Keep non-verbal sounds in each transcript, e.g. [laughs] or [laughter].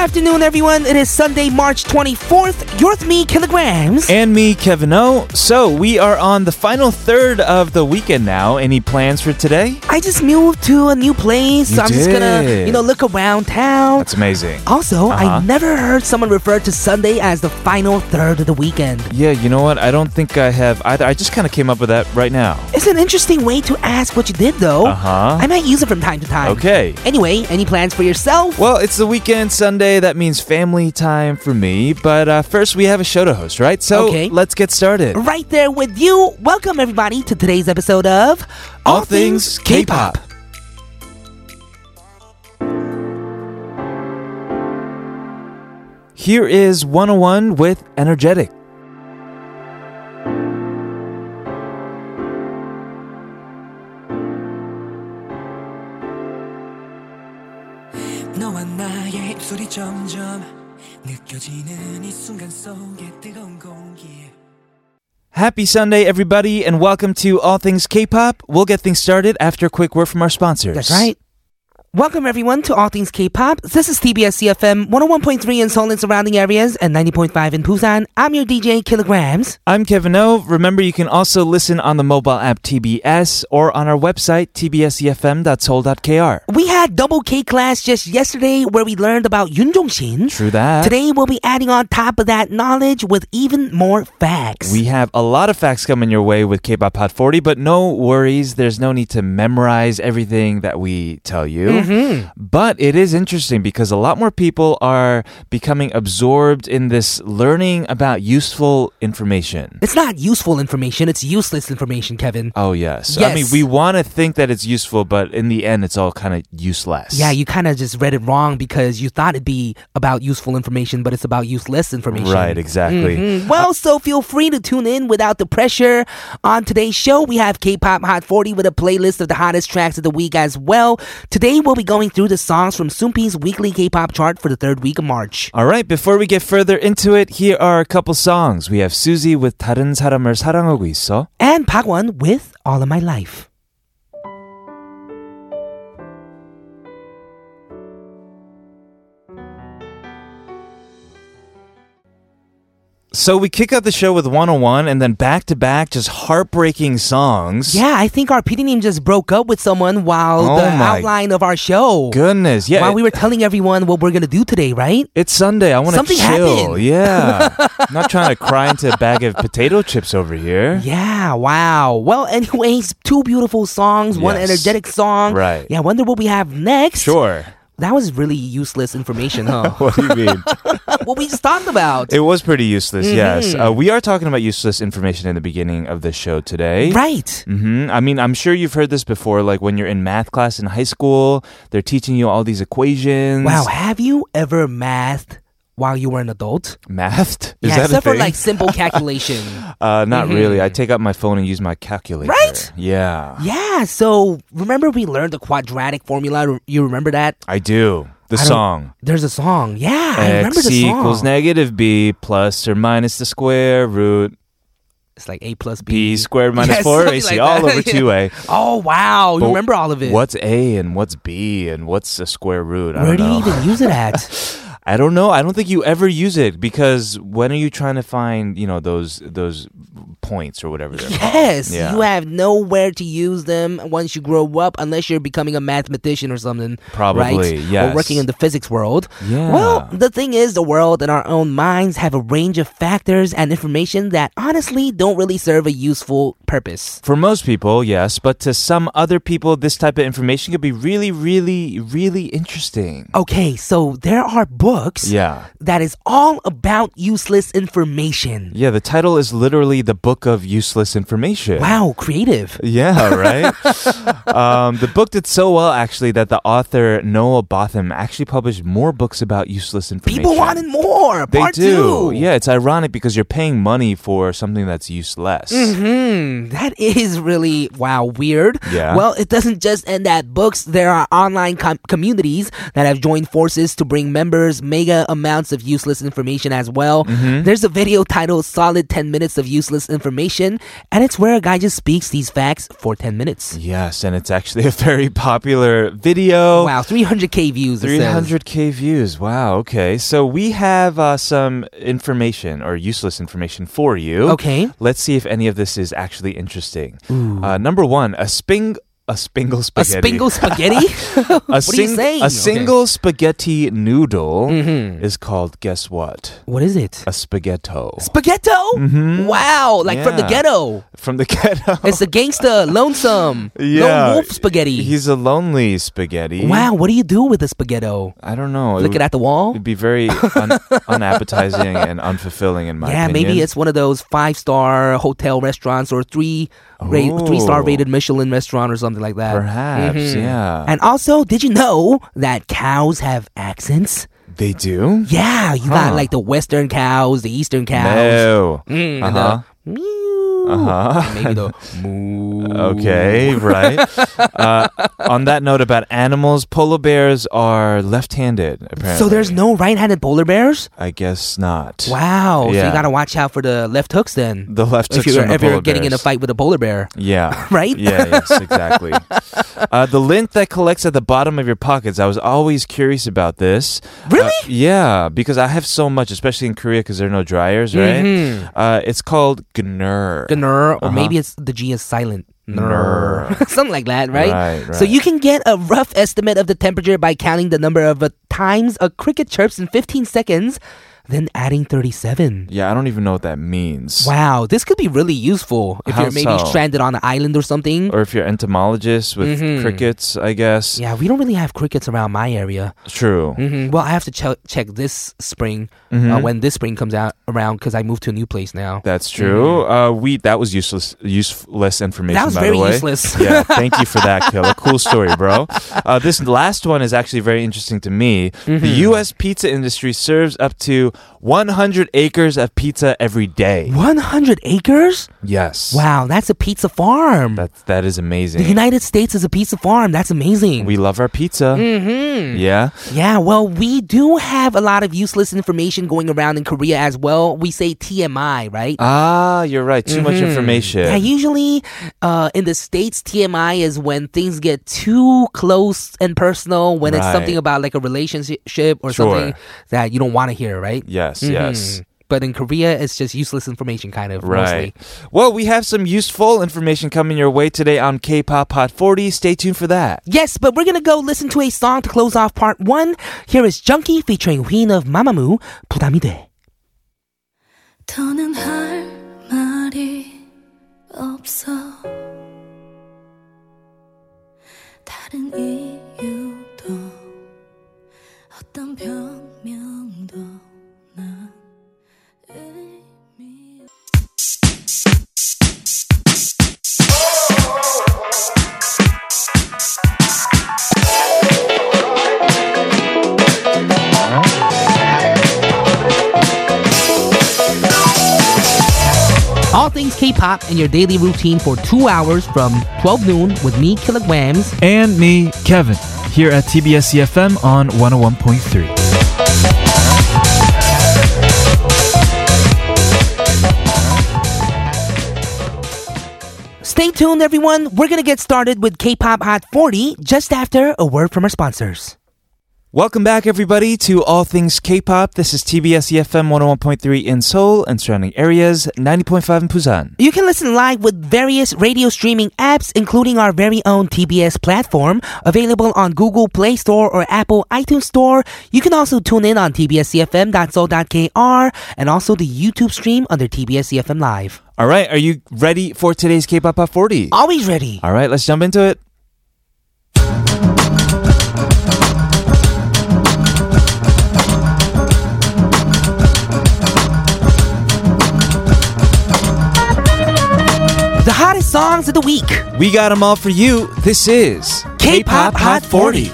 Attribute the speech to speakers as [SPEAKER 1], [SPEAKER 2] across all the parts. [SPEAKER 1] afternoon, everyone. It is Sunday, March 24th. You're with me, Kilograms.
[SPEAKER 2] And me, Kevin O. So we are on the final third of the weekend now. Any plans for today?
[SPEAKER 1] I just moved to a new place,
[SPEAKER 2] You
[SPEAKER 1] so I'm just gonna,
[SPEAKER 2] did.
[SPEAKER 1] you know, look around town.
[SPEAKER 2] That's amazing.
[SPEAKER 1] also, I
[SPEAKER 2] Uh-huh.
[SPEAKER 1] never heard someone refer to Sunday as the final third of the weekend.
[SPEAKER 2] Yeah, you know what? I don't think I have either. I just kind of came up with that right now.
[SPEAKER 1] It's an interesting way to ask what you did, though.
[SPEAKER 2] Uh huh.
[SPEAKER 1] I might use it from time to time.
[SPEAKER 2] Okay.
[SPEAKER 1] Anyway, any plans for yourself?
[SPEAKER 2] Well, it's the weekend, Sunday. That means family time for me. But uh, first, we have a show to host, right? So
[SPEAKER 1] Okay.
[SPEAKER 2] let's get started.
[SPEAKER 1] Right there with you. Welcome, everybody, to today's episode of
[SPEAKER 2] All Things K-Pop. Here is 101 with Energetic.
[SPEAKER 3] 너와 나의 입술이 점점 느껴지는 이 순간 속에 뜨거운 공기
[SPEAKER 2] Happy Sunday, everybody, and welcome to All Things K-Pop. We'll get things started after a quick word from our sponsors.
[SPEAKER 1] That's right. Welcome, everyone, to All Things K-Pop. This is TBS CFM 101.3 in Seoul and surrounding areas and 90.5 in Busan. I'm your DJ, Kilograms.
[SPEAKER 2] I'm Kevin O. Remember, you can also listen on the mobile app TBS or on our website, E tbsefm.soul.kr.
[SPEAKER 1] We had double K class just yesterday where we learned about Yun Jong-shin.
[SPEAKER 2] True that.
[SPEAKER 1] Today, we'll be adding on top of that knowledge with even more facts.
[SPEAKER 2] We have a lot of facts coming your way with K-pop Hot 40, but no worries. There's no need to memorize everything that we tell you.
[SPEAKER 1] Mm-hmm.
[SPEAKER 2] But it is interesting because a lot more people are becoming absorbed in this learning about useful information.
[SPEAKER 1] it's not useful information, it's useless information, Kevin.
[SPEAKER 2] Oh yes. I mean,
[SPEAKER 1] Yes.
[SPEAKER 2] we want to think that it's useful, but in the end, it's all kind of useless.
[SPEAKER 1] Yeah, you kind of just read it wrong because you thought it'd be about useful information, but it's about useless information.
[SPEAKER 2] Right, exactly.
[SPEAKER 1] Mm, Well, so feel free to tune in without the pressure. On today's show, we have K-pop Hot 40 with a playlist of the hottest tracks of the week as well. Today, we'll be going through the songs from Soompi's weekly K-pop chart for the third week of March.
[SPEAKER 2] All right, before we get further into it, here are a couple songs. We have Suzy with 다른 사람을 사랑하고 있어.
[SPEAKER 1] And Pagwan with All of My Life.
[SPEAKER 2] So we kick out the show with 101 and then back to back just heartbreaking songs.
[SPEAKER 1] Yeah, I think our PD team just broke up with someone while
[SPEAKER 2] Oh
[SPEAKER 1] the
[SPEAKER 2] my
[SPEAKER 1] outline of our show.
[SPEAKER 2] Goodness. Yeah.
[SPEAKER 1] while
[SPEAKER 2] it-
[SPEAKER 1] we were telling everyone what we're going to do today, right?
[SPEAKER 2] it's Sunday. I want to
[SPEAKER 1] Something
[SPEAKER 2] chill.
[SPEAKER 1] happened.
[SPEAKER 2] [laughs] Yeah. I'm not trying to cry into a bag of potato chips over
[SPEAKER 1] [laughs]
[SPEAKER 2] here.
[SPEAKER 1] Yeah, wow. Well, anyways, two beautiful songs, one
[SPEAKER 2] Yes.
[SPEAKER 1] energetic song.
[SPEAKER 2] Right.
[SPEAKER 1] Yeah, wonder what we have next.
[SPEAKER 2] Sure.
[SPEAKER 1] That was really useless information, huh?
[SPEAKER 2] What do you mean?
[SPEAKER 1] [laughs] what we just talked about.
[SPEAKER 2] it was pretty useless,
[SPEAKER 1] Mm-hmm.
[SPEAKER 2] yes. Uh, we are talking about useless information in the beginning of the show today.
[SPEAKER 1] Right.
[SPEAKER 2] hmm I mean, I'm sure you've heard this before. Like when you're in math class in high school, they're teaching you all these equations.
[SPEAKER 1] Wow, have you ever mathed while you were an adult?
[SPEAKER 2] Math? Is
[SPEAKER 1] yeah,
[SPEAKER 2] that
[SPEAKER 1] except
[SPEAKER 2] a
[SPEAKER 1] for
[SPEAKER 2] thing?
[SPEAKER 1] like
[SPEAKER 2] [laughs]
[SPEAKER 1] simple calculation.
[SPEAKER 2] Uh, not really. I take out my phone and use my calculator.
[SPEAKER 1] Right?
[SPEAKER 2] Yeah,
[SPEAKER 1] yeah, so remember we learned the quadratic formula? You remember that?
[SPEAKER 2] I do. The
[SPEAKER 1] I don't-
[SPEAKER 2] song.
[SPEAKER 1] There's a song. Yeah, I remember
[SPEAKER 2] X
[SPEAKER 1] the song.
[SPEAKER 2] equals negative b plus or minus the square root
[SPEAKER 1] It's like A plus B.
[SPEAKER 2] b
[SPEAKER 1] [laughs]
[SPEAKER 2] squared minus
[SPEAKER 1] Yeah,
[SPEAKER 2] 4
[SPEAKER 1] something
[SPEAKER 2] ac
[SPEAKER 1] like
[SPEAKER 2] all
[SPEAKER 1] that. [laughs]
[SPEAKER 2] over 2a.
[SPEAKER 1] Oh, wow. You
[SPEAKER 2] But
[SPEAKER 1] remember all of it.
[SPEAKER 2] What's a and what's b and what's a square root? I
[SPEAKER 1] Where
[SPEAKER 2] don't
[SPEAKER 1] do you
[SPEAKER 2] know.
[SPEAKER 1] even use it
[SPEAKER 2] [laughs]
[SPEAKER 1] at?
[SPEAKER 2] I don't know. I don't think you ever use it because when are you trying to find you know those those points or
[SPEAKER 1] [laughs]
[SPEAKER 2] whatever they're called?
[SPEAKER 1] yes,
[SPEAKER 2] Yeah.
[SPEAKER 1] you have nowhere to use them once you grow up, unless you're becoming a mathematician or something. right?
[SPEAKER 2] Probably, yes.
[SPEAKER 1] Or working in the physics world.
[SPEAKER 2] Yeah.
[SPEAKER 1] Well, the thing is, the world and our own minds have a range of factors and information that honestly don't really serve a useful purpose.
[SPEAKER 2] For most people, yes, but to some other people, this type of information could be really, really, really interesting.
[SPEAKER 1] Okay, so there are books
[SPEAKER 2] Yeah.
[SPEAKER 1] that is all about useless information.
[SPEAKER 2] Yeah, the title is literally the book of useless information.
[SPEAKER 1] Wow, creative. [laughs]
[SPEAKER 2] Yeah, right? um, the book did so well, actually, that the author Noah Botham actually published more books about useless information.
[SPEAKER 1] People wanted more.
[SPEAKER 2] They
[SPEAKER 1] Part
[SPEAKER 2] do.
[SPEAKER 1] two.
[SPEAKER 2] Yeah, it's ironic because you're paying money for something that's useless.
[SPEAKER 1] Hmm, that is really wow weird.
[SPEAKER 2] Yeah.
[SPEAKER 1] Well, it doesn't just end at books. There are online com- communities that have joined forces to bring members there's mega amounts of useless information as well.
[SPEAKER 2] Mm-hmm.
[SPEAKER 1] There's a video titled Solid 10 Minutes of Useless Information, and it's where a guy just speaks these facts for 10 minutes.
[SPEAKER 2] Yes, and it's actually [laughs] a very popular video.
[SPEAKER 1] Wow, 300k views. it says.
[SPEAKER 2] 300k views. Wow. Okay. So we have uh, some information or useless information for you.
[SPEAKER 1] Okay.
[SPEAKER 2] Let's see if any of this is actually interesting. Uh, number one, a sping. A spingle
[SPEAKER 1] A
[SPEAKER 2] spaghetti. [laughs]
[SPEAKER 1] spingle spaghetti? [laughs]
[SPEAKER 2] A
[SPEAKER 1] what are you
[SPEAKER 2] sing-
[SPEAKER 1] saying?
[SPEAKER 2] A
[SPEAKER 1] Okay.
[SPEAKER 2] single spaghetti noodle is called, guess what?
[SPEAKER 1] Mm-hmm. What is it?
[SPEAKER 2] A spaghetto.
[SPEAKER 1] Spaghetto? Wow, like from the
[SPEAKER 2] Mm-hmm. Yeah.
[SPEAKER 1] ghetto.
[SPEAKER 2] From the [laughs] ghetto.
[SPEAKER 1] It's a gangster,
[SPEAKER 2] [laughs]
[SPEAKER 1] lonesome, lone wolf spaghetti.
[SPEAKER 2] He's a lonely spaghetti.
[SPEAKER 1] wow, what do you do with a spaghetto?
[SPEAKER 2] I don't know. It
[SPEAKER 1] Look it
[SPEAKER 2] would-
[SPEAKER 1] at the wall?
[SPEAKER 2] It'd be very
[SPEAKER 1] [laughs]
[SPEAKER 2] un- unappetizing and unfulfilling in my
[SPEAKER 1] yeah,
[SPEAKER 2] opinion.
[SPEAKER 1] maybe it's one of those five star hotel restaurants or three ra-
[SPEAKER 2] Oh.
[SPEAKER 1] three star rated Michelin restaurant or something like that. Mm-hmm.
[SPEAKER 2] perhaps. Yeah,
[SPEAKER 1] And also, did you know that cows have accents?
[SPEAKER 2] they do.
[SPEAKER 1] Yeah, you
[SPEAKER 2] Huh.
[SPEAKER 1] got like the Western cows, the Eastern cows,
[SPEAKER 2] No.
[SPEAKER 1] mm, and the
[SPEAKER 2] Uh-huh.
[SPEAKER 1] meow,
[SPEAKER 2] Uh-huh.
[SPEAKER 1] and maybe
[SPEAKER 2] [laughs]
[SPEAKER 1] the moo. [laughs]
[SPEAKER 2] Okay, right. uh, on that note about animals, polar bears are left-handed. Apparently,
[SPEAKER 1] So there's no right-handed polar bears.
[SPEAKER 2] I guess not.
[SPEAKER 1] Wow. So you
[SPEAKER 2] Yeah.
[SPEAKER 1] gotta watch out for the left hooks then.
[SPEAKER 2] The left
[SPEAKER 1] If
[SPEAKER 2] hooks
[SPEAKER 1] you're
[SPEAKER 2] from the
[SPEAKER 1] ever
[SPEAKER 2] polar
[SPEAKER 1] getting in a
[SPEAKER 2] bears.
[SPEAKER 1] fight with a polar bear. [laughs]
[SPEAKER 2] Yeah.
[SPEAKER 1] Right?
[SPEAKER 2] Yeah, yes, exactly. uh, the lint that collects at the bottom of your pockets. I was always curious about this.
[SPEAKER 1] Really?
[SPEAKER 2] Uh, yeah, because I have so much, especially in Korea, because there are no dryers, right? Uh, it's called gnur.
[SPEAKER 1] Mm-hmm. Gnur, or
[SPEAKER 2] Uh-huh.
[SPEAKER 1] maybe it's the G is silent.
[SPEAKER 2] Gnur.
[SPEAKER 1] [laughs] Something like that, right?
[SPEAKER 2] Right,
[SPEAKER 1] So
[SPEAKER 2] right.
[SPEAKER 1] you can get a rough estimate of the temperature by counting the number of uh, times a cricket chirps in 15 seconds, then adding 37.
[SPEAKER 2] Yeah, I don't even know what that means.
[SPEAKER 1] Wow, this could be really useful if
[SPEAKER 2] How
[SPEAKER 1] you're maybe
[SPEAKER 2] so?
[SPEAKER 1] stranded on an island or something.
[SPEAKER 2] Or if you're entomologist with crickets, I guess.
[SPEAKER 1] Mm-hmm. yeah, we don't really have crickets around my area.
[SPEAKER 2] True.
[SPEAKER 1] hmm Well, I have to che- check this spring uh,
[SPEAKER 2] Mm-hmm.
[SPEAKER 1] when this spring comes out around because I moved to a new place now.
[SPEAKER 2] That's true. Uh, we that was useless useless information.
[SPEAKER 1] Mm-hmm. That was
[SPEAKER 2] by
[SPEAKER 1] very
[SPEAKER 2] the way. [laughs]
[SPEAKER 1] useless.
[SPEAKER 2] yeah, thank you for that, Kill. A cool story, bro. Uh, this last one is actually very interesting to me. The
[SPEAKER 1] Mm-hmm.
[SPEAKER 2] U.S. pizza industry serves up to 100 acres of pizza every day.
[SPEAKER 1] 100 acres?
[SPEAKER 2] Yes.
[SPEAKER 1] Wow, that's a pizza farm.
[SPEAKER 2] That that
[SPEAKER 1] the
[SPEAKER 2] is amazing.
[SPEAKER 1] United States is a pizza farm. That's amazing.
[SPEAKER 2] we love our pizza.
[SPEAKER 1] Mm.
[SPEAKER 2] Mm-hmm. Yeah.
[SPEAKER 1] Yeah, well, we do have a lot of useless information going around in Korea as well. We say TMI, right?
[SPEAKER 2] Ah, you're right. Too much information.
[SPEAKER 1] Mm-hmm. yeah, usually uh, in the States, TMI is when things get too close and personal, when it's
[SPEAKER 2] Right.
[SPEAKER 1] something about like a relationship or
[SPEAKER 2] Sure.
[SPEAKER 1] something that you don't want to hear, right?
[SPEAKER 2] yes. Yes.
[SPEAKER 1] Mhm. But in Korea, it's just useless information, kind of. Mostly.
[SPEAKER 2] Right. Well, we have some useful information coming your way today on K-pop Hot 40. Stay tuned for that.
[SPEAKER 1] Yes, but we're gonna go listen to a song to close off part one. Here is Junkie featuring Ween of Mamamoo, 부담이 돼.
[SPEAKER 4] 더는 할 말이 없어 다른 이유도 어떤 변명도 난 의미
[SPEAKER 1] All things K-pop in your daily routine for two hours from 12 noon with me, Kilograms.
[SPEAKER 5] and me, Kevin, here at TBS EFM E on 101.3.
[SPEAKER 1] Stay tuned, everyone. We're gonna get started with K-pop Hot 40 just after a word from our sponsors.
[SPEAKER 2] Welcome back, everybody, to All Things K-pop. This is TBS EFM 101.3 in Seoul and surrounding areas, 90.5 in Busan.
[SPEAKER 1] You can listen live with various radio streaming apps, including our very own TBS platform, available on Google Play Store or Apple iTunes Store. You can also tune in on tbscfm.so.kr and also the YouTube stream under TBS CFM Live.
[SPEAKER 2] All right, are you ready for today's K-pop Hot 40?
[SPEAKER 1] Always ready.
[SPEAKER 2] All right, let's jump into it.
[SPEAKER 1] The hottest songs of the week.
[SPEAKER 2] We got them all for you. This is
[SPEAKER 1] K-pop Hot 40.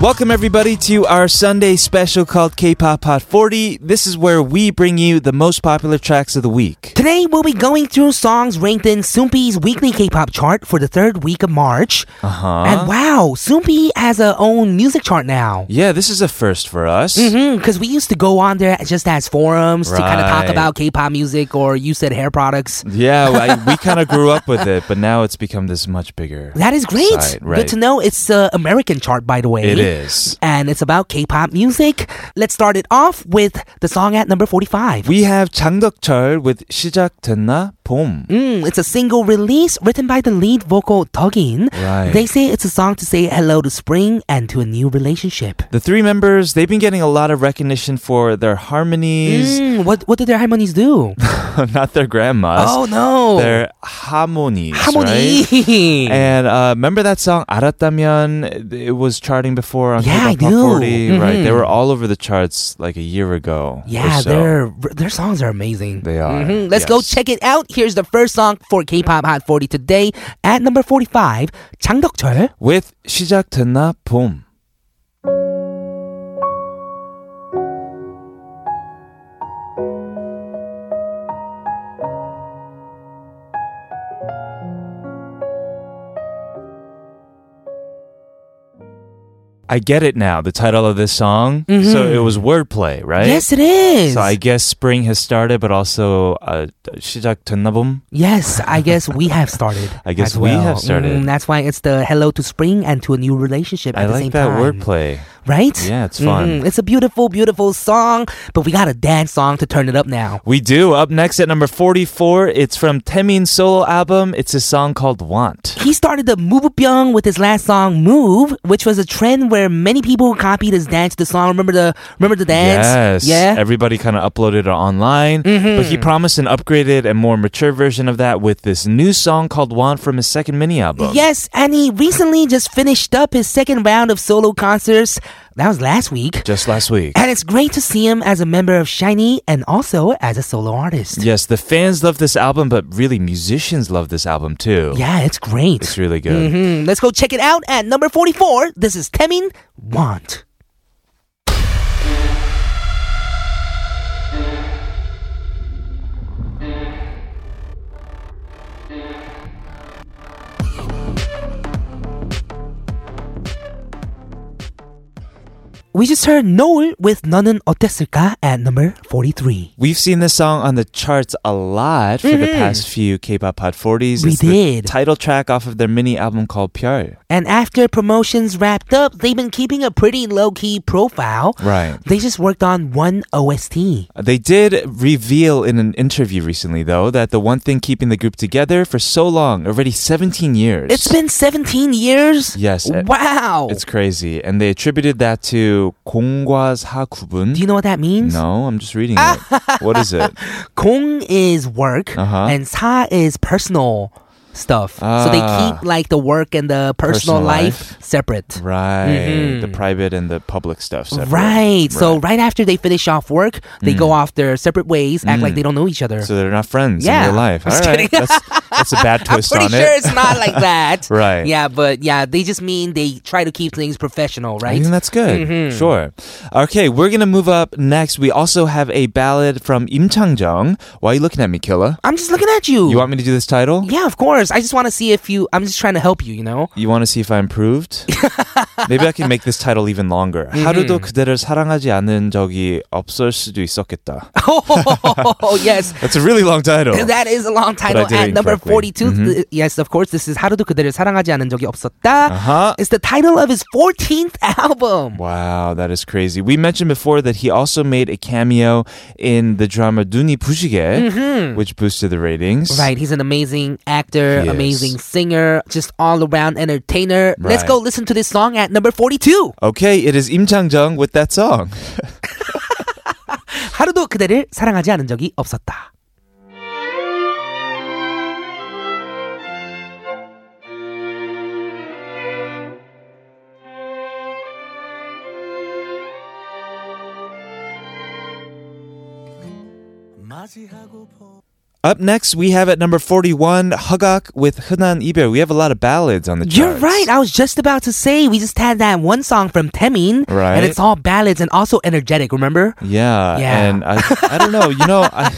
[SPEAKER 2] Welcome, everybody, to our Sunday special called K Pop Hot 40. This is where we bring you the most popular tracks of the week.
[SPEAKER 1] Today we'll be going through songs ranked in Soompi's weekly K-pop chart for the third week of March.
[SPEAKER 2] Uh-huh.
[SPEAKER 1] And wow, Soompi has her own music chart now.
[SPEAKER 2] Yeah, this is a first for us.
[SPEAKER 1] Because Mm-hmm, we used to go on there just as forums to kind of talk
[SPEAKER 2] Right.
[SPEAKER 1] about K-pop music, or you said hair products.
[SPEAKER 2] Yeah,
[SPEAKER 1] [laughs]
[SPEAKER 2] I, we kind of grew up with it, but now it's become this much bigger.
[SPEAKER 1] That is great.
[SPEAKER 2] Side, right.
[SPEAKER 1] Good to know. It's uh, American chart, by the way.
[SPEAKER 2] It is.
[SPEAKER 1] And it's about K-pop music. Let's start it off with the song at number 45.
[SPEAKER 2] We have Chang Deok-cheol with 시작됐나 봄.
[SPEAKER 1] Mm, it's a single release written by the lead vocal Togin.
[SPEAKER 2] Right.
[SPEAKER 1] They say it's a song to say hello to spring and to a new relationship.
[SPEAKER 2] The three members, they've been getting a lot of recognition for their harmonies,
[SPEAKER 1] Mm, what what did their harmonies
[SPEAKER 2] [laughs]
[SPEAKER 1] do?
[SPEAKER 2] not their grandmas.
[SPEAKER 1] Mm. oh no,
[SPEAKER 2] Their harmonies,
[SPEAKER 1] harmony. [laughs]
[SPEAKER 2] right? And uh, remember that song "알았다면"? It was charting before on
[SPEAKER 1] Yeah, I
[SPEAKER 2] K-pop Hot
[SPEAKER 1] do.
[SPEAKER 2] 40, right? They
[SPEAKER 1] Mhm.
[SPEAKER 2] were all over the charts like a year ago. or
[SPEAKER 1] yeah,
[SPEAKER 2] so.
[SPEAKER 1] their their songs are amazing.
[SPEAKER 2] They are,
[SPEAKER 1] Mhm. Let's go
[SPEAKER 2] yes.
[SPEAKER 1] check it out. Here's the first song for K-pop Hot 40 today at number 45, 장덕철.
[SPEAKER 2] with 시작됐나 봄. I get it now. The title of this song. So it was wordplay, right?
[SPEAKER 1] Mm-hmm. Yes, it is.
[SPEAKER 2] So I guess spring has started, but also uh, 시작됐나 봄.
[SPEAKER 1] yes, I guess we have started.
[SPEAKER 2] [laughs] I guess
[SPEAKER 1] as
[SPEAKER 2] we
[SPEAKER 1] well.
[SPEAKER 2] have started.
[SPEAKER 1] Mm, that's why it's the hello to spring and to a new relationship.
[SPEAKER 2] I
[SPEAKER 1] at the
[SPEAKER 2] like
[SPEAKER 1] same
[SPEAKER 2] that
[SPEAKER 1] time.
[SPEAKER 2] wordplay.
[SPEAKER 1] right?
[SPEAKER 2] Yeah, it's
[SPEAKER 1] Mhm.
[SPEAKER 2] fun.
[SPEAKER 1] It's a beautiful, beautiful song, but we got a dance song to turn it up now.
[SPEAKER 2] We do. Up next at number 44, it's from Temin's solo album. It's a song called Want.
[SPEAKER 1] He started the Move Byung with his last song Move, which was a trend where many people copied his dance to the song. Remember the remember the dance?
[SPEAKER 2] Yes.
[SPEAKER 1] Yeah. Mm-hmm.
[SPEAKER 2] Everybody kind of uploaded it online. But he promised an upgraded and more mature version of that with this new song called Want from his second mini album.
[SPEAKER 1] Yes, and he recently just finished up his second round of solo concerts. That was last week.
[SPEAKER 2] Just last week.
[SPEAKER 1] And it's great to see him as a member of Shiny and also as a solo artist.
[SPEAKER 2] Yes, the fans love this album, but really musicians love this album too.
[SPEAKER 1] Yeah, it's great.
[SPEAKER 2] It's really good.
[SPEAKER 1] Mhm. Let's go check it out at number 44. This is Temin Want. We just heard Noel with 너는 어땠을까 at number 43.
[SPEAKER 2] We've seen this song on the charts a lot for the past few K-pop Hot
[SPEAKER 1] Mm-hmm.
[SPEAKER 2] 40s.
[SPEAKER 1] We
[SPEAKER 2] it's the
[SPEAKER 1] did.
[SPEAKER 2] title track off of their mini album called Pyeol.
[SPEAKER 1] And after promotions wrapped up, they've been keeping a pretty low key profile.
[SPEAKER 2] Right.
[SPEAKER 1] They just worked on one OST.
[SPEAKER 2] They did reveal in an interview recently, though, that the one thing keeping the group together for so long, already 17 years.
[SPEAKER 1] It's been 17 years?
[SPEAKER 2] Yes, it-
[SPEAKER 1] Wow.
[SPEAKER 2] It's crazy. And they attributed that to 공과 사 구분.
[SPEAKER 1] Do you know Ah. what that means?
[SPEAKER 2] No, I'm just reading it. what
[SPEAKER 1] [laughs]
[SPEAKER 2] is it?
[SPEAKER 1] Kong is work
[SPEAKER 2] Uh-huh.
[SPEAKER 1] and sa is personal stuff. so they
[SPEAKER 2] Ah.
[SPEAKER 1] keep like the work and the personal,
[SPEAKER 2] Personal
[SPEAKER 1] life,
[SPEAKER 2] life.
[SPEAKER 1] separate.
[SPEAKER 2] Right. The private and the public stuff separate.
[SPEAKER 1] Mm-hmm. Right. So right after they finish off work, they go off their separate ways, act like they don't know each other.
[SPEAKER 2] Mm. So they're not friends
[SPEAKER 1] Yeah.
[SPEAKER 2] in real life.
[SPEAKER 1] [laughs] I'm
[SPEAKER 2] All
[SPEAKER 1] just
[SPEAKER 2] right.
[SPEAKER 1] kidding.
[SPEAKER 2] That's, that's a
[SPEAKER 1] [laughs]
[SPEAKER 2] bad
[SPEAKER 1] I'm
[SPEAKER 2] twist
[SPEAKER 1] pretty
[SPEAKER 2] on
[SPEAKER 1] sure
[SPEAKER 2] it.
[SPEAKER 1] it's not like that.
[SPEAKER 2] [laughs] Right.
[SPEAKER 1] Yeah, but yeah, they just mean they try to keep things professional,
[SPEAKER 2] I
[SPEAKER 1] right? Mm-hmm.
[SPEAKER 2] think that's good. Sure. Okay, we're gonna move up next. We also have a ballad from Im Chang Jung. Why are you looking at me, Killa?
[SPEAKER 1] I'm just looking at you.
[SPEAKER 2] You want me to do this title?
[SPEAKER 1] yeah, of course. I just want to see if you. I'm just trying to help you. You
[SPEAKER 2] [laughs]
[SPEAKER 1] know. [laughs]
[SPEAKER 2] You want to see if I improved? Maybe I can make this title even longer.
[SPEAKER 1] Mm-hmm.
[SPEAKER 2] 하루도 그대를 사랑하지 않은 적이 없을 수도 있었겠다.
[SPEAKER 1] Oh yes. [laughs]
[SPEAKER 2] That's a really long title.
[SPEAKER 1] That is a long
[SPEAKER 2] I
[SPEAKER 1] title
[SPEAKER 2] did
[SPEAKER 1] at
[SPEAKER 2] it
[SPEAKER 1] number
[SPEAKER 2] incorrectly. Mm-hmm.
[SPEAKER 1] 42. Th- Yes, of course. This is 하루도 그대를 사랑하지 않은 적이 없었다.
[SPEAKER 2] Uh-huh.
[SPEAKER 1] It's the title of his 14th [laughs] album.
[SPEAKER 2] Wow, that is crazy. We mentioned before that he also made a cameo in the drama 눈이 부시게, which boosted the ratings.
[SPEAKER 1] Mm-hmm. Right, he's an amazing actor,
[SPEAKER 2] He is.
[SPEAKER 1] amazing singer, just all around entertainer. Let's
[SPEAKER 2] Right.
[SPEAKER 1] go listen to this song at number 42.
[SPEAKER 2] Okay, it is Im Chang Jung with that song.
[SPEAKER 1] 하루도 그대를 사랑하지 않은 적이 없었다.
[SPEAKER 2] Up next, we have at number 41, Hagak with Hunan Iber. We have a lot of ballads on the charts.
[SPEAKER 1] You're right. I was just about to say we just had that one song from Temin,
[SPEAKER 2] Right.
[SPEAKER 1] And it's all ballads and also energetic. Remember?
[SPEAKER 2] Yeah,
[SPEAKER 1] Yeah.
[SPEAKER 2] and I, I don't know. You know,
[SPEAKER 1] [laughs]
[SPEAKER 2] I,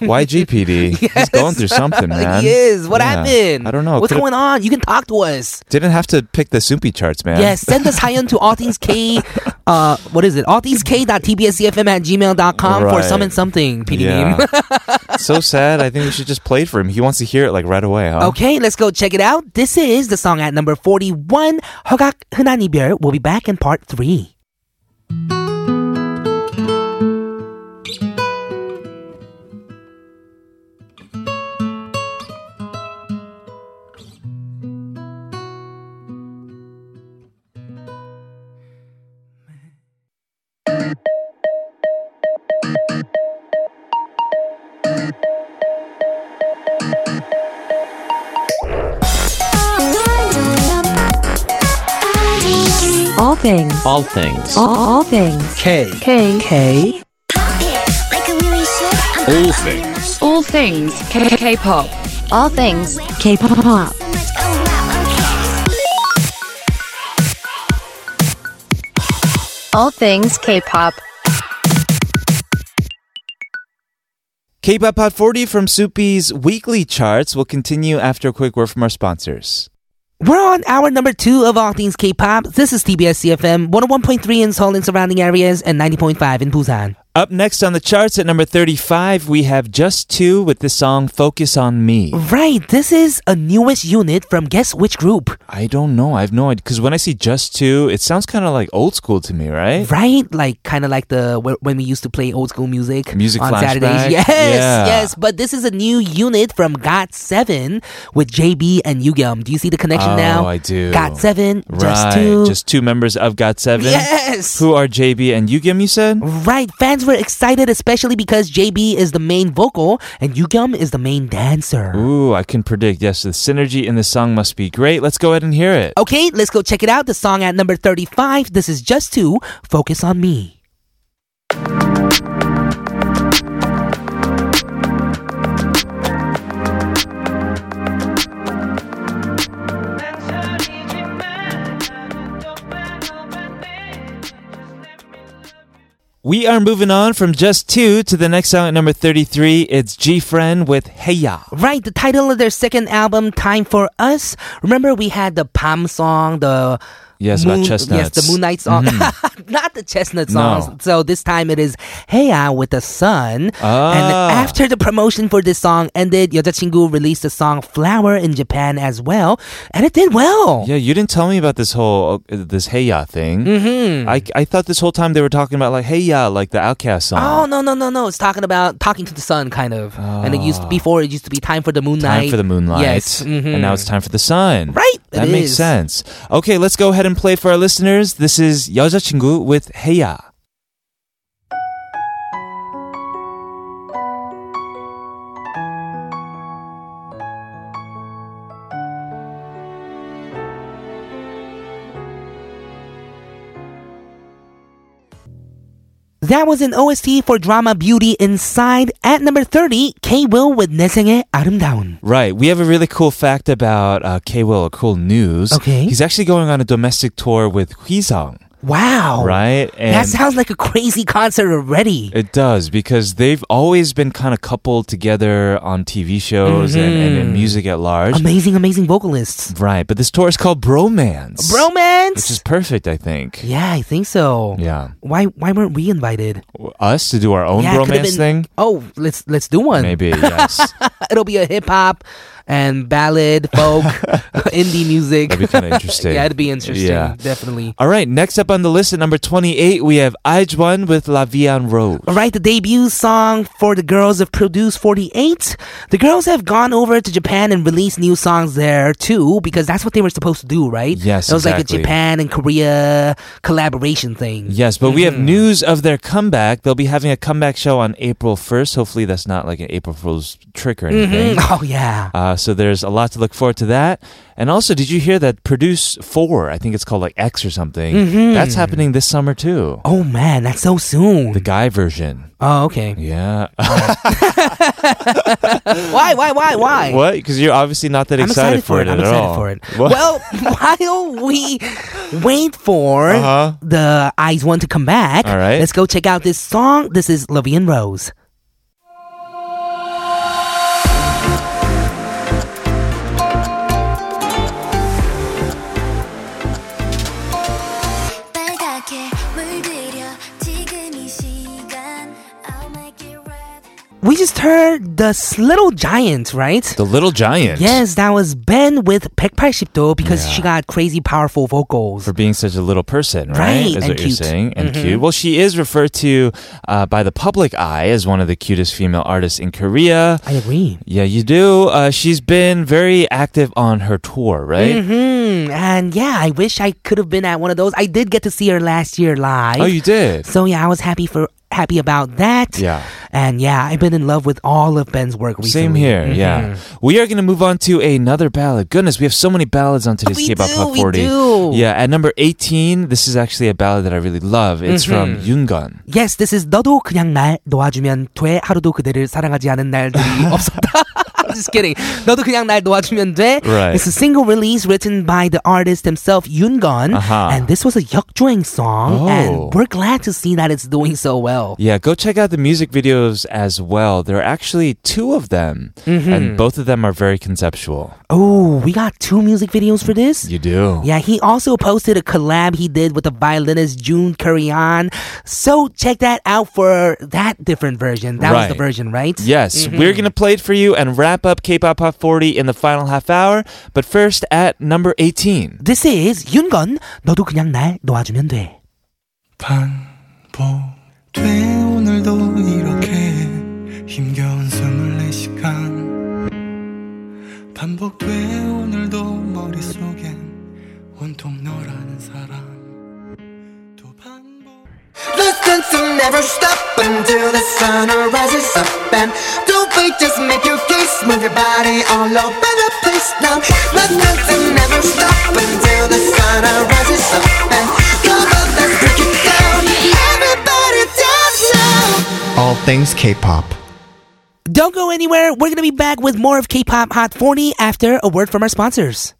[SPEAKER 2] YGPD, he's going through something, man.
[SPEAKER 1] he is. What
[SPEAKER 2] Yeah.
[SPEAKER 1] happened?
[SPEAKER 2] I don't know.
[SPEAKER 1] What's
[SPEAKER 2] Could've-
[SPEAKER 1] going on? You can talk to us.
[SPEAKER 2] Didn't have to pick the Soompi charts, man.
[SPEAKER 1] Yes, send
[SPEAKER 2] [laughs]
[SPEAKER 1] us Hyun to all things K. Uh, what is it? All things K.tbscfm at gmail.com for
[SPEAKER 2] Right.
[SPEAKER 1] summon something, PD meme.
[SPEAKER 2] Yeah. [laughs] so sad. I think we should just play it for him. He wants to hear it like right away,
[SPEAKER 1] [laughs]
[SPEAKER 2] huh?
[SPEAKER 1] Okay, let's go check it out. This is the song at number 41, 허각 흔한 이별. We'll be back in part 3.
[SPEAKER 6] All things.
[SPEAKER 7] All things.
[SPEAKER 6] All, all things.
[SPEAKER 7] K.
[SPEAKER 6] K. K.
[SPEAKER 7] All things.
[SPEAKER 6] All things. K. K-pop. All things. K-pop. All things K-pop.
[SPEAKER 2] K-pop Hot 40 from Soopy's weekly charts will continue after a quick word from our sponsors.
[SPEAKER 1] We're on hour number two of All Things K-Pop. This is TBS CFM, 101.3 in Seoul and surrounding areas and 90.5 in Busan.
[SPEAKER 2] Up next on the charts at number 35, we have Just Two with the song Focus on Me.
[SPEAKER 1] Right, this is a newest unit from guess which group?
[SPEAKER 2] I don't know. I have no idea. Because when I see Just Two, it sounds kind of like old school to me, right?
[SPEAKER 1] Right, like kind of like the wh- when we used to play old school music,
[SPEAKER 2] Music
[SPEAKER 1] on
[SPEAKER 2] flashback.
[SPEAKER 1] Saturdays. [laughs] Yes,
[SPEAKER 2] Yeah.
[SPEAKER 1] yes. But this is a new unit from Got Seven with JB and Yugyeom. Do you see the connection
[SPEAKER 2] Oh,
[SPEAKER 1] now?
[SPEAKER 2] I do.
[SPEAKER 1] Got Seven,
[SPEAKER 2] right.
[SPEAKER 1] just two.
[SPEAKER 2] Just two members of GOT7.
[SPEAKER 1] Yes.
[SPEAKER 2] Who are JB and Yugyeom, you said?
[SPEAKER 1] Right, fans were excited, especially because JB is the main vocal and Yugyeom is the main dancer.
[SPEAKER 2] Ooh, I can predict. Yes, the synergy in the song must be great. Let's go ahead and hear it.
[SPEAKER 1] Okay, let's go check it out. The song at number 35. This is just to focus on me.
[SPEAKER 2] We are moving on from just two to the next song at number 33. It's G Friend with Heya.
[SPEAKER 1] Right, the title of their second album, Time for Us. Remember, we had the Palm song, the
[SPEAKER 2] Yes, about
[SPEAKER 1] moon,
[SPEAKER 2] chestnuts. Mm-hmm.
[SPEAKER 1] Yes, the Moon Knight song, [laughs] not the chestnut
[SPEAKER 2] No.
[SPEAKER 1] songs. So this time it is Hey Out with the Sun. And
[SPEAKER 2] Ah.
[SPEAKER 1] after the promotion for this song ended, 여자친구 released the song Flower in Japan as well, and it did well.
[SPEAKER 2] Yeah, you didn't tell me about this whole uh, this Heya thing. Mm-hmm. I, I thought this whole time they were talking about like Heya, like the Outcast
[SPEAKER 1] Oh
[SPEAKER 2] song.
[SPEAKER 1] no no no no! It's talking about talking to the sun, kind of. And it used before it used to be time for the moonlight.
[SPEAKER 2] Ah. time for the moonlight.
[SPEAKER 1] Yes. mhm.
[SPEAKER 2] And now it's time for the sun.
[SPEAKER 1] Right, it
[SPEAKER 2] That makes
[SPEAKER 1] is.
[SPEAKER 2] sense. Okay, let's go ahead and play for our listeners. This is 여자친구 with Heya.
[SPEAKER 1] That was an OST for drama Beauty Inside. At number thirty, K Will with 내생의 아름다운.
[SPEAKER 2] Right. We have a really cool fact about uh, K Will, a cool news.
[SPEAKER 1] Okay.
[SPEAKER 2] He's actually going on a domestic tour with Huizong,
[SPEAKER 1] Wow.
[SPEAKER 2] right? And
[SPEAKER 1] that sounds like a crazy concert already.
[SPEAKER 2] it does because they've always been kind of coupled together on TV shows and, and
[SPEAKER 1] Mm-hmm.
[SPEAKER 2] in music at large.
[SPEAKER 1] Amazing, amazing vocalists.
[SPEAKER 2] Right. But this tour is called Bromance.
[SPEAKER 1] Bromance.
[SPEAKER 2] Which is perfect, I think.
[SPEAKER 1] yeah, I think so.
[SPEAKER 2] Yeah.
[SPEAKER 1] Why? Why weren't we invited?
[SPEAKER 2] Us to do our own
[SPEAKER 1] yeah, it could've
[SPEAKER 2] bromance
[SPEAKER 1] been-
[SPEAKER 2] thing?
[SPEAKER 1] Oh, let's let's do one. [laughs]
[SPEAKER 2] Maybe, yes.
[SPEAKER 1] It'll be a hip hop and ballad,
[SPEAKER 2] [laughs]
[SPEAKER 1] folk, [laughs] indie music.
[SPEAKER 2] That'd be kind of interesting.
[SPEAKER 1] yeah, it'd be interesting.
[SPEAKER 2] Yeah.
[SPEAKER 1] Definitely.
[SPEAKER 2] All right, next up on the list at number 28, we have Aijwan with La Vie en Rose.
[SPEAKER 1] All right, the debut song for the girls of Produce 48. The girls have gone over to Japan and released new songs there too, because that's what they were supposed to do, right?
[SPEAKER 2] Yes,
[SPEAKER 1] It was like a
[SPEAKER 2] exactly.
[SPEAKER 1] Japan and Korea collaboration thing.
[SPEAKER 2] Yes, but we have
[SPEAKER 1] Mm.
[SPEAKER 2] news of their comeback. They'll be having
[SPEAKER 1] [laughs]
[SPEAKER 2] a comeback show on April 1st. Hopefully, that's not like an April Fool's trick or anything.
[SPEAKER 1] Mhm. [laughs] Oh, yeah.
[SPEAKER 2] Uh, so there's a lot to look forward to that. And also, did you hear that Produce 4, I think it's called like X or something,
[SPEAKER 1] Mm-hmm.
[SPEAKER 2] that's happening this summer too.
[SPEAKER 1] Oh man, that's so soon.
[SPEAKER 2] The guy version.
[SPEAKER 1] oh, okay.
[SPEAKER 2] Yeah. [laughs]
[SPEAKER 1] Why, why, why, why?
[SPEAKER 2] what? Because you're obviously not that
[SPEAKER 1] I'm
[SPEAKER 2] excited,
[SPEAKER 1] excited for it.
[SPEAKER 2] at
[SPEAKER 1] I'm excited
[SPEAKER 2] all.
[SPEAKER 1] for it.
[SPEAKER 2] What?
[SPEAKER 1] Well, [laughs] while we wait for
[SPEAKER 2] Uh-huh.
[SPEAKER 1] the Eyes One to come back,
[SPEAKER 2] All right.
[SPEAKER 1] let's go check out this song. This is Lovey and Rose.
[SPEAKER 4] 빨갛게 물들여 지금 이 시간 I'll make it red
[SPEAKER 1] We just heard the Little Giant, right?
[SPEAKER 2] the Little Giant.
[SPEAKER 1] yes, that was Ben with 180도 because she got crazy powerful vocals.
[SPEAKER 2] For being such a little person,
[SPEAKER 1] Right,
[SPEAKER 2] right? Is
[SPEAKER 1] and
[SPEAKER 2] what
[SPEAKER 1] cute. Mm-hmm.
[SPEAKER 2] you're saying. And cute. Well, she is referred to uh, by the public eye as one of the cutest female artists in Korea.
[SPEAKER 1] I agree.
[SPEAKER 2] Yeah, you do. Uh, she's been very active on her tour, right?
[SPEAKER 1] Hmm, and yeah, I wish I could have been at one of those. I did get to see her last year live.
[SPEAKER 2] Oh, you did?
[SPEAKER 1] So yeah, I was happy for happy about that.
[SPEAKER 2] Yeah.
[SPEAKER 1] And yeah, I've been in love with all of Ben's work recently. Mm-hmm.
[SPEAKER 2] Same here, yeah. We are going to move on to another ballad. Goodness, we have so many ballads on today's
[SPEAKER 1] We
[SPEAKER 2] K-pop
[SPEAKER 1] do,
[SPEAKER 2] Hot
[SPEAKER 1] we
[SPEAKER 2] 40.
[SPEAKER 1] do.
[SPEAKER 2] Yeah, at number 18, this is actually a ballad that I really love. It's
[SPEAKER 1] Mm-hmm.
[SPEAKER 2] from Yoongun.
[SPEAKER 1] Yes, this is 너도 그냥 날 놓아주면 돼. 하루도 그대를 사랑하지 않은 날들이
[SPEAKER 2] [laughs]
[SPEAKER 1] 없었다. [laughs] I'm just kidding. 너도 그냥 날 놓아주면 돼.
[SPEAKER 2] Right.
[SPEAKER 1] It's a single release written by the artist himself, Yoongun.
[SPEAKER 2] Uh-huh.
[SPEAKER 1] And this was a Yeokjoeng song.
[SPEAKER 2] Oh.
[SPEAKER 1] And we're glad to see that it's doing so well.
[SPEAKER 2] Yeah, go check out the music videos as well. There are actually two of them,
[SPEAKER 1] Mm-hmm.
[SPEAKER 2] and both of them are very conceptual.
[SPEAKER 1] Oh, we got two music videos for this?
[SPEAKER 2] You do.
[SPEAKER 1] Yeah, he also posted a collab he did with the violinist June Kurian. So check that out for that different version. That was the
[SPEAKER 2] Right.
[SPEAKER 1] version, right?
[SPEAKER 2] Yes,
[SPEAKER 1] Mm-hmm.
[SPEAKER 2] we're going to play it for you and wrap up K-pop Hot 40 in the final half hour. But first, at number 18.
[SPEAKER 1] This is 윤건 너도 그냥 날 놓아주면 돼.
[SPEAKER 3] 반복돼 오늘도 이렇게 힘겨운 24시간 반복돼 오늘도 머릿속엔 온통 너라는 사람 또 반복
[SPEAKER 7] The dancing never stop until the sun rises up and don't wait, just make your case, move your body all over the place now. The dancing never stop until the sun rises up and come on, let's break it down. Everybody dance now. All things K-pop.
[SPEAKER 1] Don't go anywhere. We're gonna be back with more of K-pop Hot 40 after a word from our sponsors.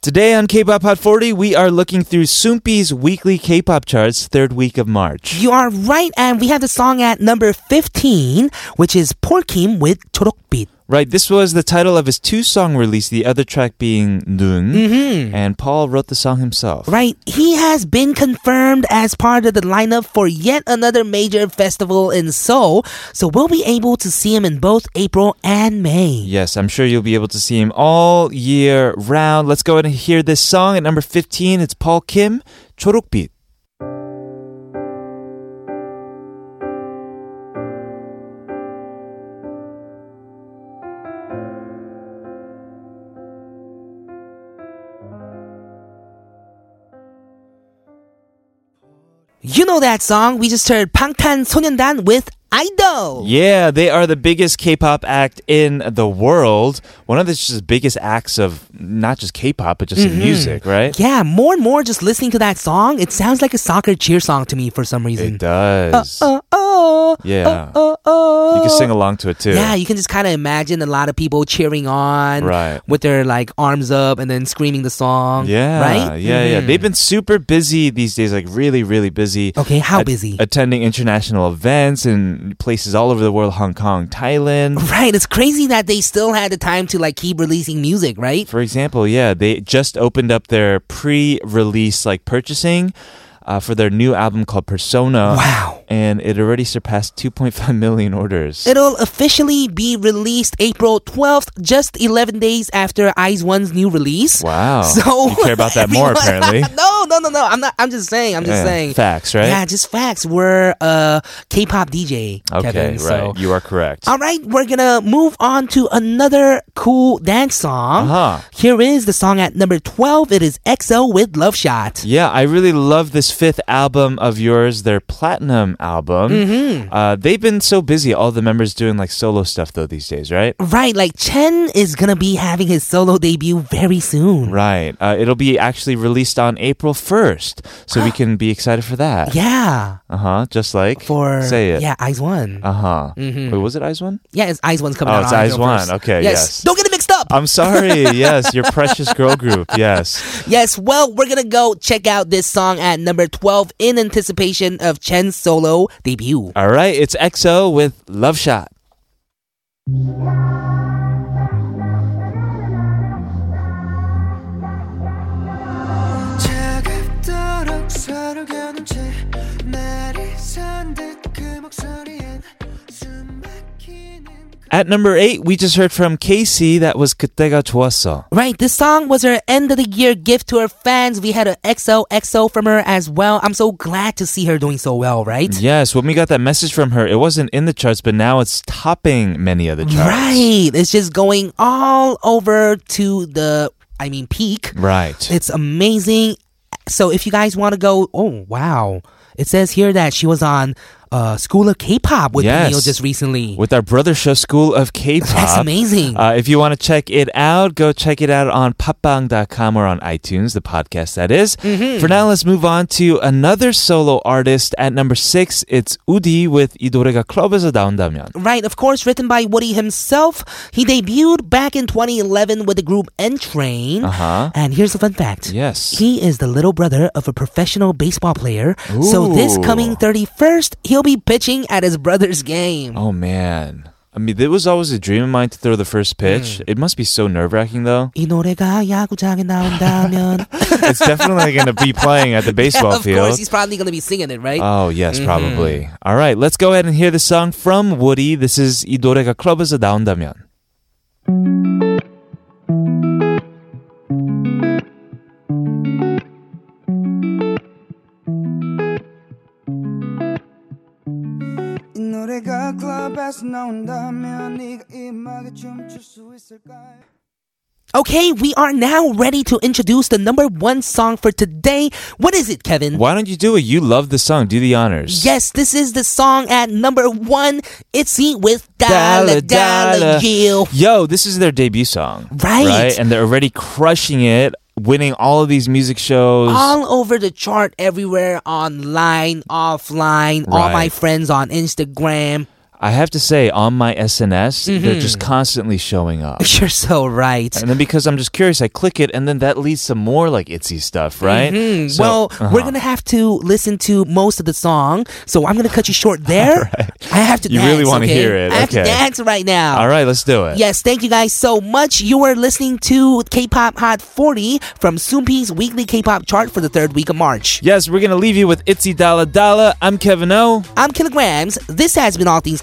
[SPEAKER 2] Today on K-pop Hot 40, we are looking through Soompi's weekly K-pop charts, third week of March.
[SPEAKER 1] You are right, and we have the song at number 15, which is Porkim with Chorokbit.
[SPEAKER 2] Right, this was the title of his two-song release, the other track being Nun, and Paul wrote the song himself.
[SPEAKER 1] Mm-hmm. Right, he has been confirmed as part of the lineup for yet another major festival in Seoul, so we'll be able to see him in both April and May.
[SPEAKER 2] Yes, I'm sure you'll be able to see him all year round. Let's go ahead and hear this song at number 15. It's Paul Kim, Chorokbit.
[SPEAKER 1] You know that song, we just heard 방탄 소년단 with Idol.
[SPEAKER 2] Yeah, they are the biggest K-pop act in the world. One of the just biggest acts of not just K-pop, but just in music, right?
[SPEAKER 1] Mm-hmm. Yeah, more and more just listening to that song, it sounds like a soccer cheer song to me for some reason.
[SPEAKER 2] It does.
[SPEAKER 1] Uh, oh,
[SPEAKER 2] Yeah.
[SPEAKER 1] uh, oh.
[SPEAKER 2] You can sing along to it too.
[SPEAKER 1] Yeah, you can just kind of imagine a lot of people cheering on
[SPEAKER 2] Right.
[SPEAKER 1] with their like arms up and then screaming the song.
[SPEAKER 2] Yeah.
[SPEAKER 1] Right? Mm-hmm.
[SPEAKER 2] Yeah, yeah. They've been super busy these days, like really, really busy.
[SPEAKER 1] Okay, how
[SPEAKER 2] At-
[SPEAKER 1] busy?
[SPEAKER 2] Attending international events in places all over the world, Hong Kong, Thailand.
[SPEAKER 1] Right, it's crazy that they still had the time to like keep releasing music, right?
[SPEAKER 2] For example, yeah, they just opened up their pre-release like purchasing uh, for their new album called Persona.
[SPEAKER 1] Wow.
[SPEAKER 2] And it already surpassed 2.5 [laughs] million orders.
[SPEAKER 1] It'll officially be released April 12th, just 11 days after Eyes One's new release. [laughs]
[SPEAKER 2] wow.
[SPEAKER 1] So
[SPEAKER 2] Oh, you care about
[SPEAKER 1] [laughs]
[SPEAKER 2] that more
[SPEAKER 1] everyone-
[SPEAKER 2] apparently.
[SPEAKER 1] no, no, no, no. I'm not I'm just saying, I'm just
[SPEAKER 2] Yeah,
[SPEAKER 1] saying.
[SPEAKER 2] Facts, right?
[SPEAKER 1] Yeah, just facts. We're a K-pop DJ,
[SPEAKER 2] okay,
[SPEAKER 1] Kevin.
[SPEAKER 2] right.
[SPEAKER 1] So.
[SPEAKER 2] You are correct.
[SPEAKER 1] All right, we're gonna move on to another cool dance song.
[SPEAKER 2] Uh-huh.
[SPEAKER 1] Here is the song at number 12. It is EXO with Love Shot.
[SPEAKER 2] Yeah, I really love this fifth album of yours, their platinum album.
[SPEAKER 1] Mm-hmm.
[SPEAKER 2] Uh, they've been so busy, all the members doing like solo stuff though these days, right?
[SPEAKER 1] Right, like Chen is gonna be having his solo debut very soon.
[SPEAKER 2] Right. Uh, it'll be actually released on April 1st, so
[SPEAKER 1] [gasps]
[SPEAKER 2] we can be excited for that.
[SPEAKER 1] Yeah.
[SPEAKER 2] Uh huh. Just like
[SPEAKER 1] For
[SPEAKER 2] say it.
[SPEAKER 1] Yeah, Mm-hmm. Eyes One.
[SPEAKER 2] Uh huh. Wait, was it Eyes One?
[SPEAKER 1] yeah, it's Eyes One's coming
[SPEAKER 2] Oh,
[SPEAKER 1] out.
[SPEAKER 2] it's
[SPEAKER 1] on
[SPEAKER 2] Eyes
[SPEAKER 1] April
[SPEAKER 2] One.
[SPEAKER 1] 1st.
[SPEAKER 2] Okay, yes.
[SPEAKER 1] Don't get it mixed up.
[SPEAKER 2] I'm sorry.
[SPEAKER 1] [laughs]
[SPEAKER 2] yes, your precious girl group. Yes.
[SPEAKER 1] Yes, well, we're gonna go check out this song at number 12 in anticipation of Chen's solo debut.
[SPEAKER 2] All right. It's EXO with Love Shot.
[SPEAKER 3] 차갑도록 서로 겨눈치 날이 산듯그 목소리엔 숨 막히는
[SPEAKER 2] At number eight, we just heard from KC. That was 그때가 좋았어.
[SPEAKER 1] Right, this song was her end of the year gift to her fans. We had an EXO EXO from her as well. I'm so glad to see her doing so well, right?
[SPEAKER 2] Yes, when we got that message from her, it wasn't in the charts, but now it's topping many of the charts.
[SPEAKER 1] Right, it's just going all over to the, I mean, peak.
[SPEAKER 2] Right.
[SPEAKER 1] It's amazing. So if you guys want to go, oh wow, it says here that she was on uh, School of K-pop with
[SPEAKER 2] Yes.
[SPEAKER 1] Neil just recently.
[SPEAKER 2] With our brother show, School of K-pop.
[SPEAKER 1] That's amazing.
[SPEAKER 2] Uh, if you want to check it out, go check it out on popbang.com or on iTunes, the podcast that is.
[SPEAKER 1] Mm-hmm.
[SPEAKER 2] For now, let's move on to another solo artist at number six. It's Udi with 이 노래가 클럽에서 나온다면.
[SPEAKER 1] Right, of course, written by Woody himself. He debuted back in 2011 with the group N Train.
[SPEAKER 2] Uh-huh.
[SPEAKER 1] And here's a fun fact.
[SPEAKER 2] Yes.
[SPEAKER 1] He is the little brother of a professional baseball player. So this
[SPEAKER 2] Ooh.
[SPEAKER 1] coming 31st, he'll be pitching at his brother's game.
[SPEAKER 2] Oh man. I mean, it was always a dream of mine to throw the first
[SPEAKER 1] Mm.
[SPEAKER 2] pitch. It must be so nerve wracking, though.
[SPEAKER 1] 이 노래가 야구장에 나온다면
[SPEAKER 2] It's definitely going to be
[SPEAKER 1] [laughs]
[SPEAKER 2] playing at the [laughs] baseball
[SPEAKER 1] Of
[SPEAKER 2] field.
[SPEAKER 1] course, he's probably going to be singing it, right?
[SPEAKER 2] Oh, yes, probably. All right, let's go ahead and hear the song from Woody. This is 이 노래가 클럽에서 나온다면.
[SPEAKER 3] 이 노래가 클럽에서 나온다면 네가 이 음악에 춤출 수 있을까
[SPEAKER 1] okay, we are now ready to introduce the number one song for today. What is it, Kevin?
[SPEAKER 2] Why don't you do it? You love the song. Do the honors.
[SPEAKER 1] Mm-hmm. Yes, this is the song at number one. It's Eat with Dollar
[SPEAKER 2] Dollar,
[SPEAKER 1] Dollar Jill.
[SPEAKER 2] Yo, this is their debut song.
[SPEAKER 1] Right.
[SPEAKER 2] Right? And they're already crushing it, winning all of these music shows.
[SPEAKER 1] All over the chart, everywhere, online, offline, all my
[SPEAKER 2] Right.
[SPEAKER 1] friends on Instagram. [laughs]
[SPEAKER 2] I have to say, on my SNS,
[SPEAKER 1] Mm-hmm.
[SPEAKER 2] they're just constantly
[SPEAKER 1] [laughs]
[SPEAKER 2] showing up.
[SPEAKER 1] You're so right.
[SPEAKER 2] And then because I'm just curious, I click it, and then that leads to more like itsy stuff, right?
[SPEAKER 1] Mhm.
[SPEAKER 2] So-
[SPEAKER 1] well, we're
[SPEAKER 2] uh-huh.
[SPEAKER 1] gonna have to listen to most of the song, so I'm gonna cut you
[SPEAKER 2] [laughs]
[SPEAKER 1] short there. I have to.
[SPEAKER 2] You really
[SPEAKER 1] dance,
[SPEAKER 2] wanna
[SPEAKER 1] okay?
[SPEAKER 2] hear it,
[SPEAKER 1] I have to
[SPEAKER 2] okay.
[SPEAKER 1] dance right now.
[SPEAKER 2] All right, let's do it.
[SPEAKER 1] Yes, thank you guys so much. You are listening to K-pop Hot 40 from Soompi's weekly K-pop chart for the third week of March.
[SPEAKER 2] Yes, we're gonna leave you with Itsy Dala Dala. I'm Kevin O,
[SPEAKER 1] I'm Kilograms. This has been All Things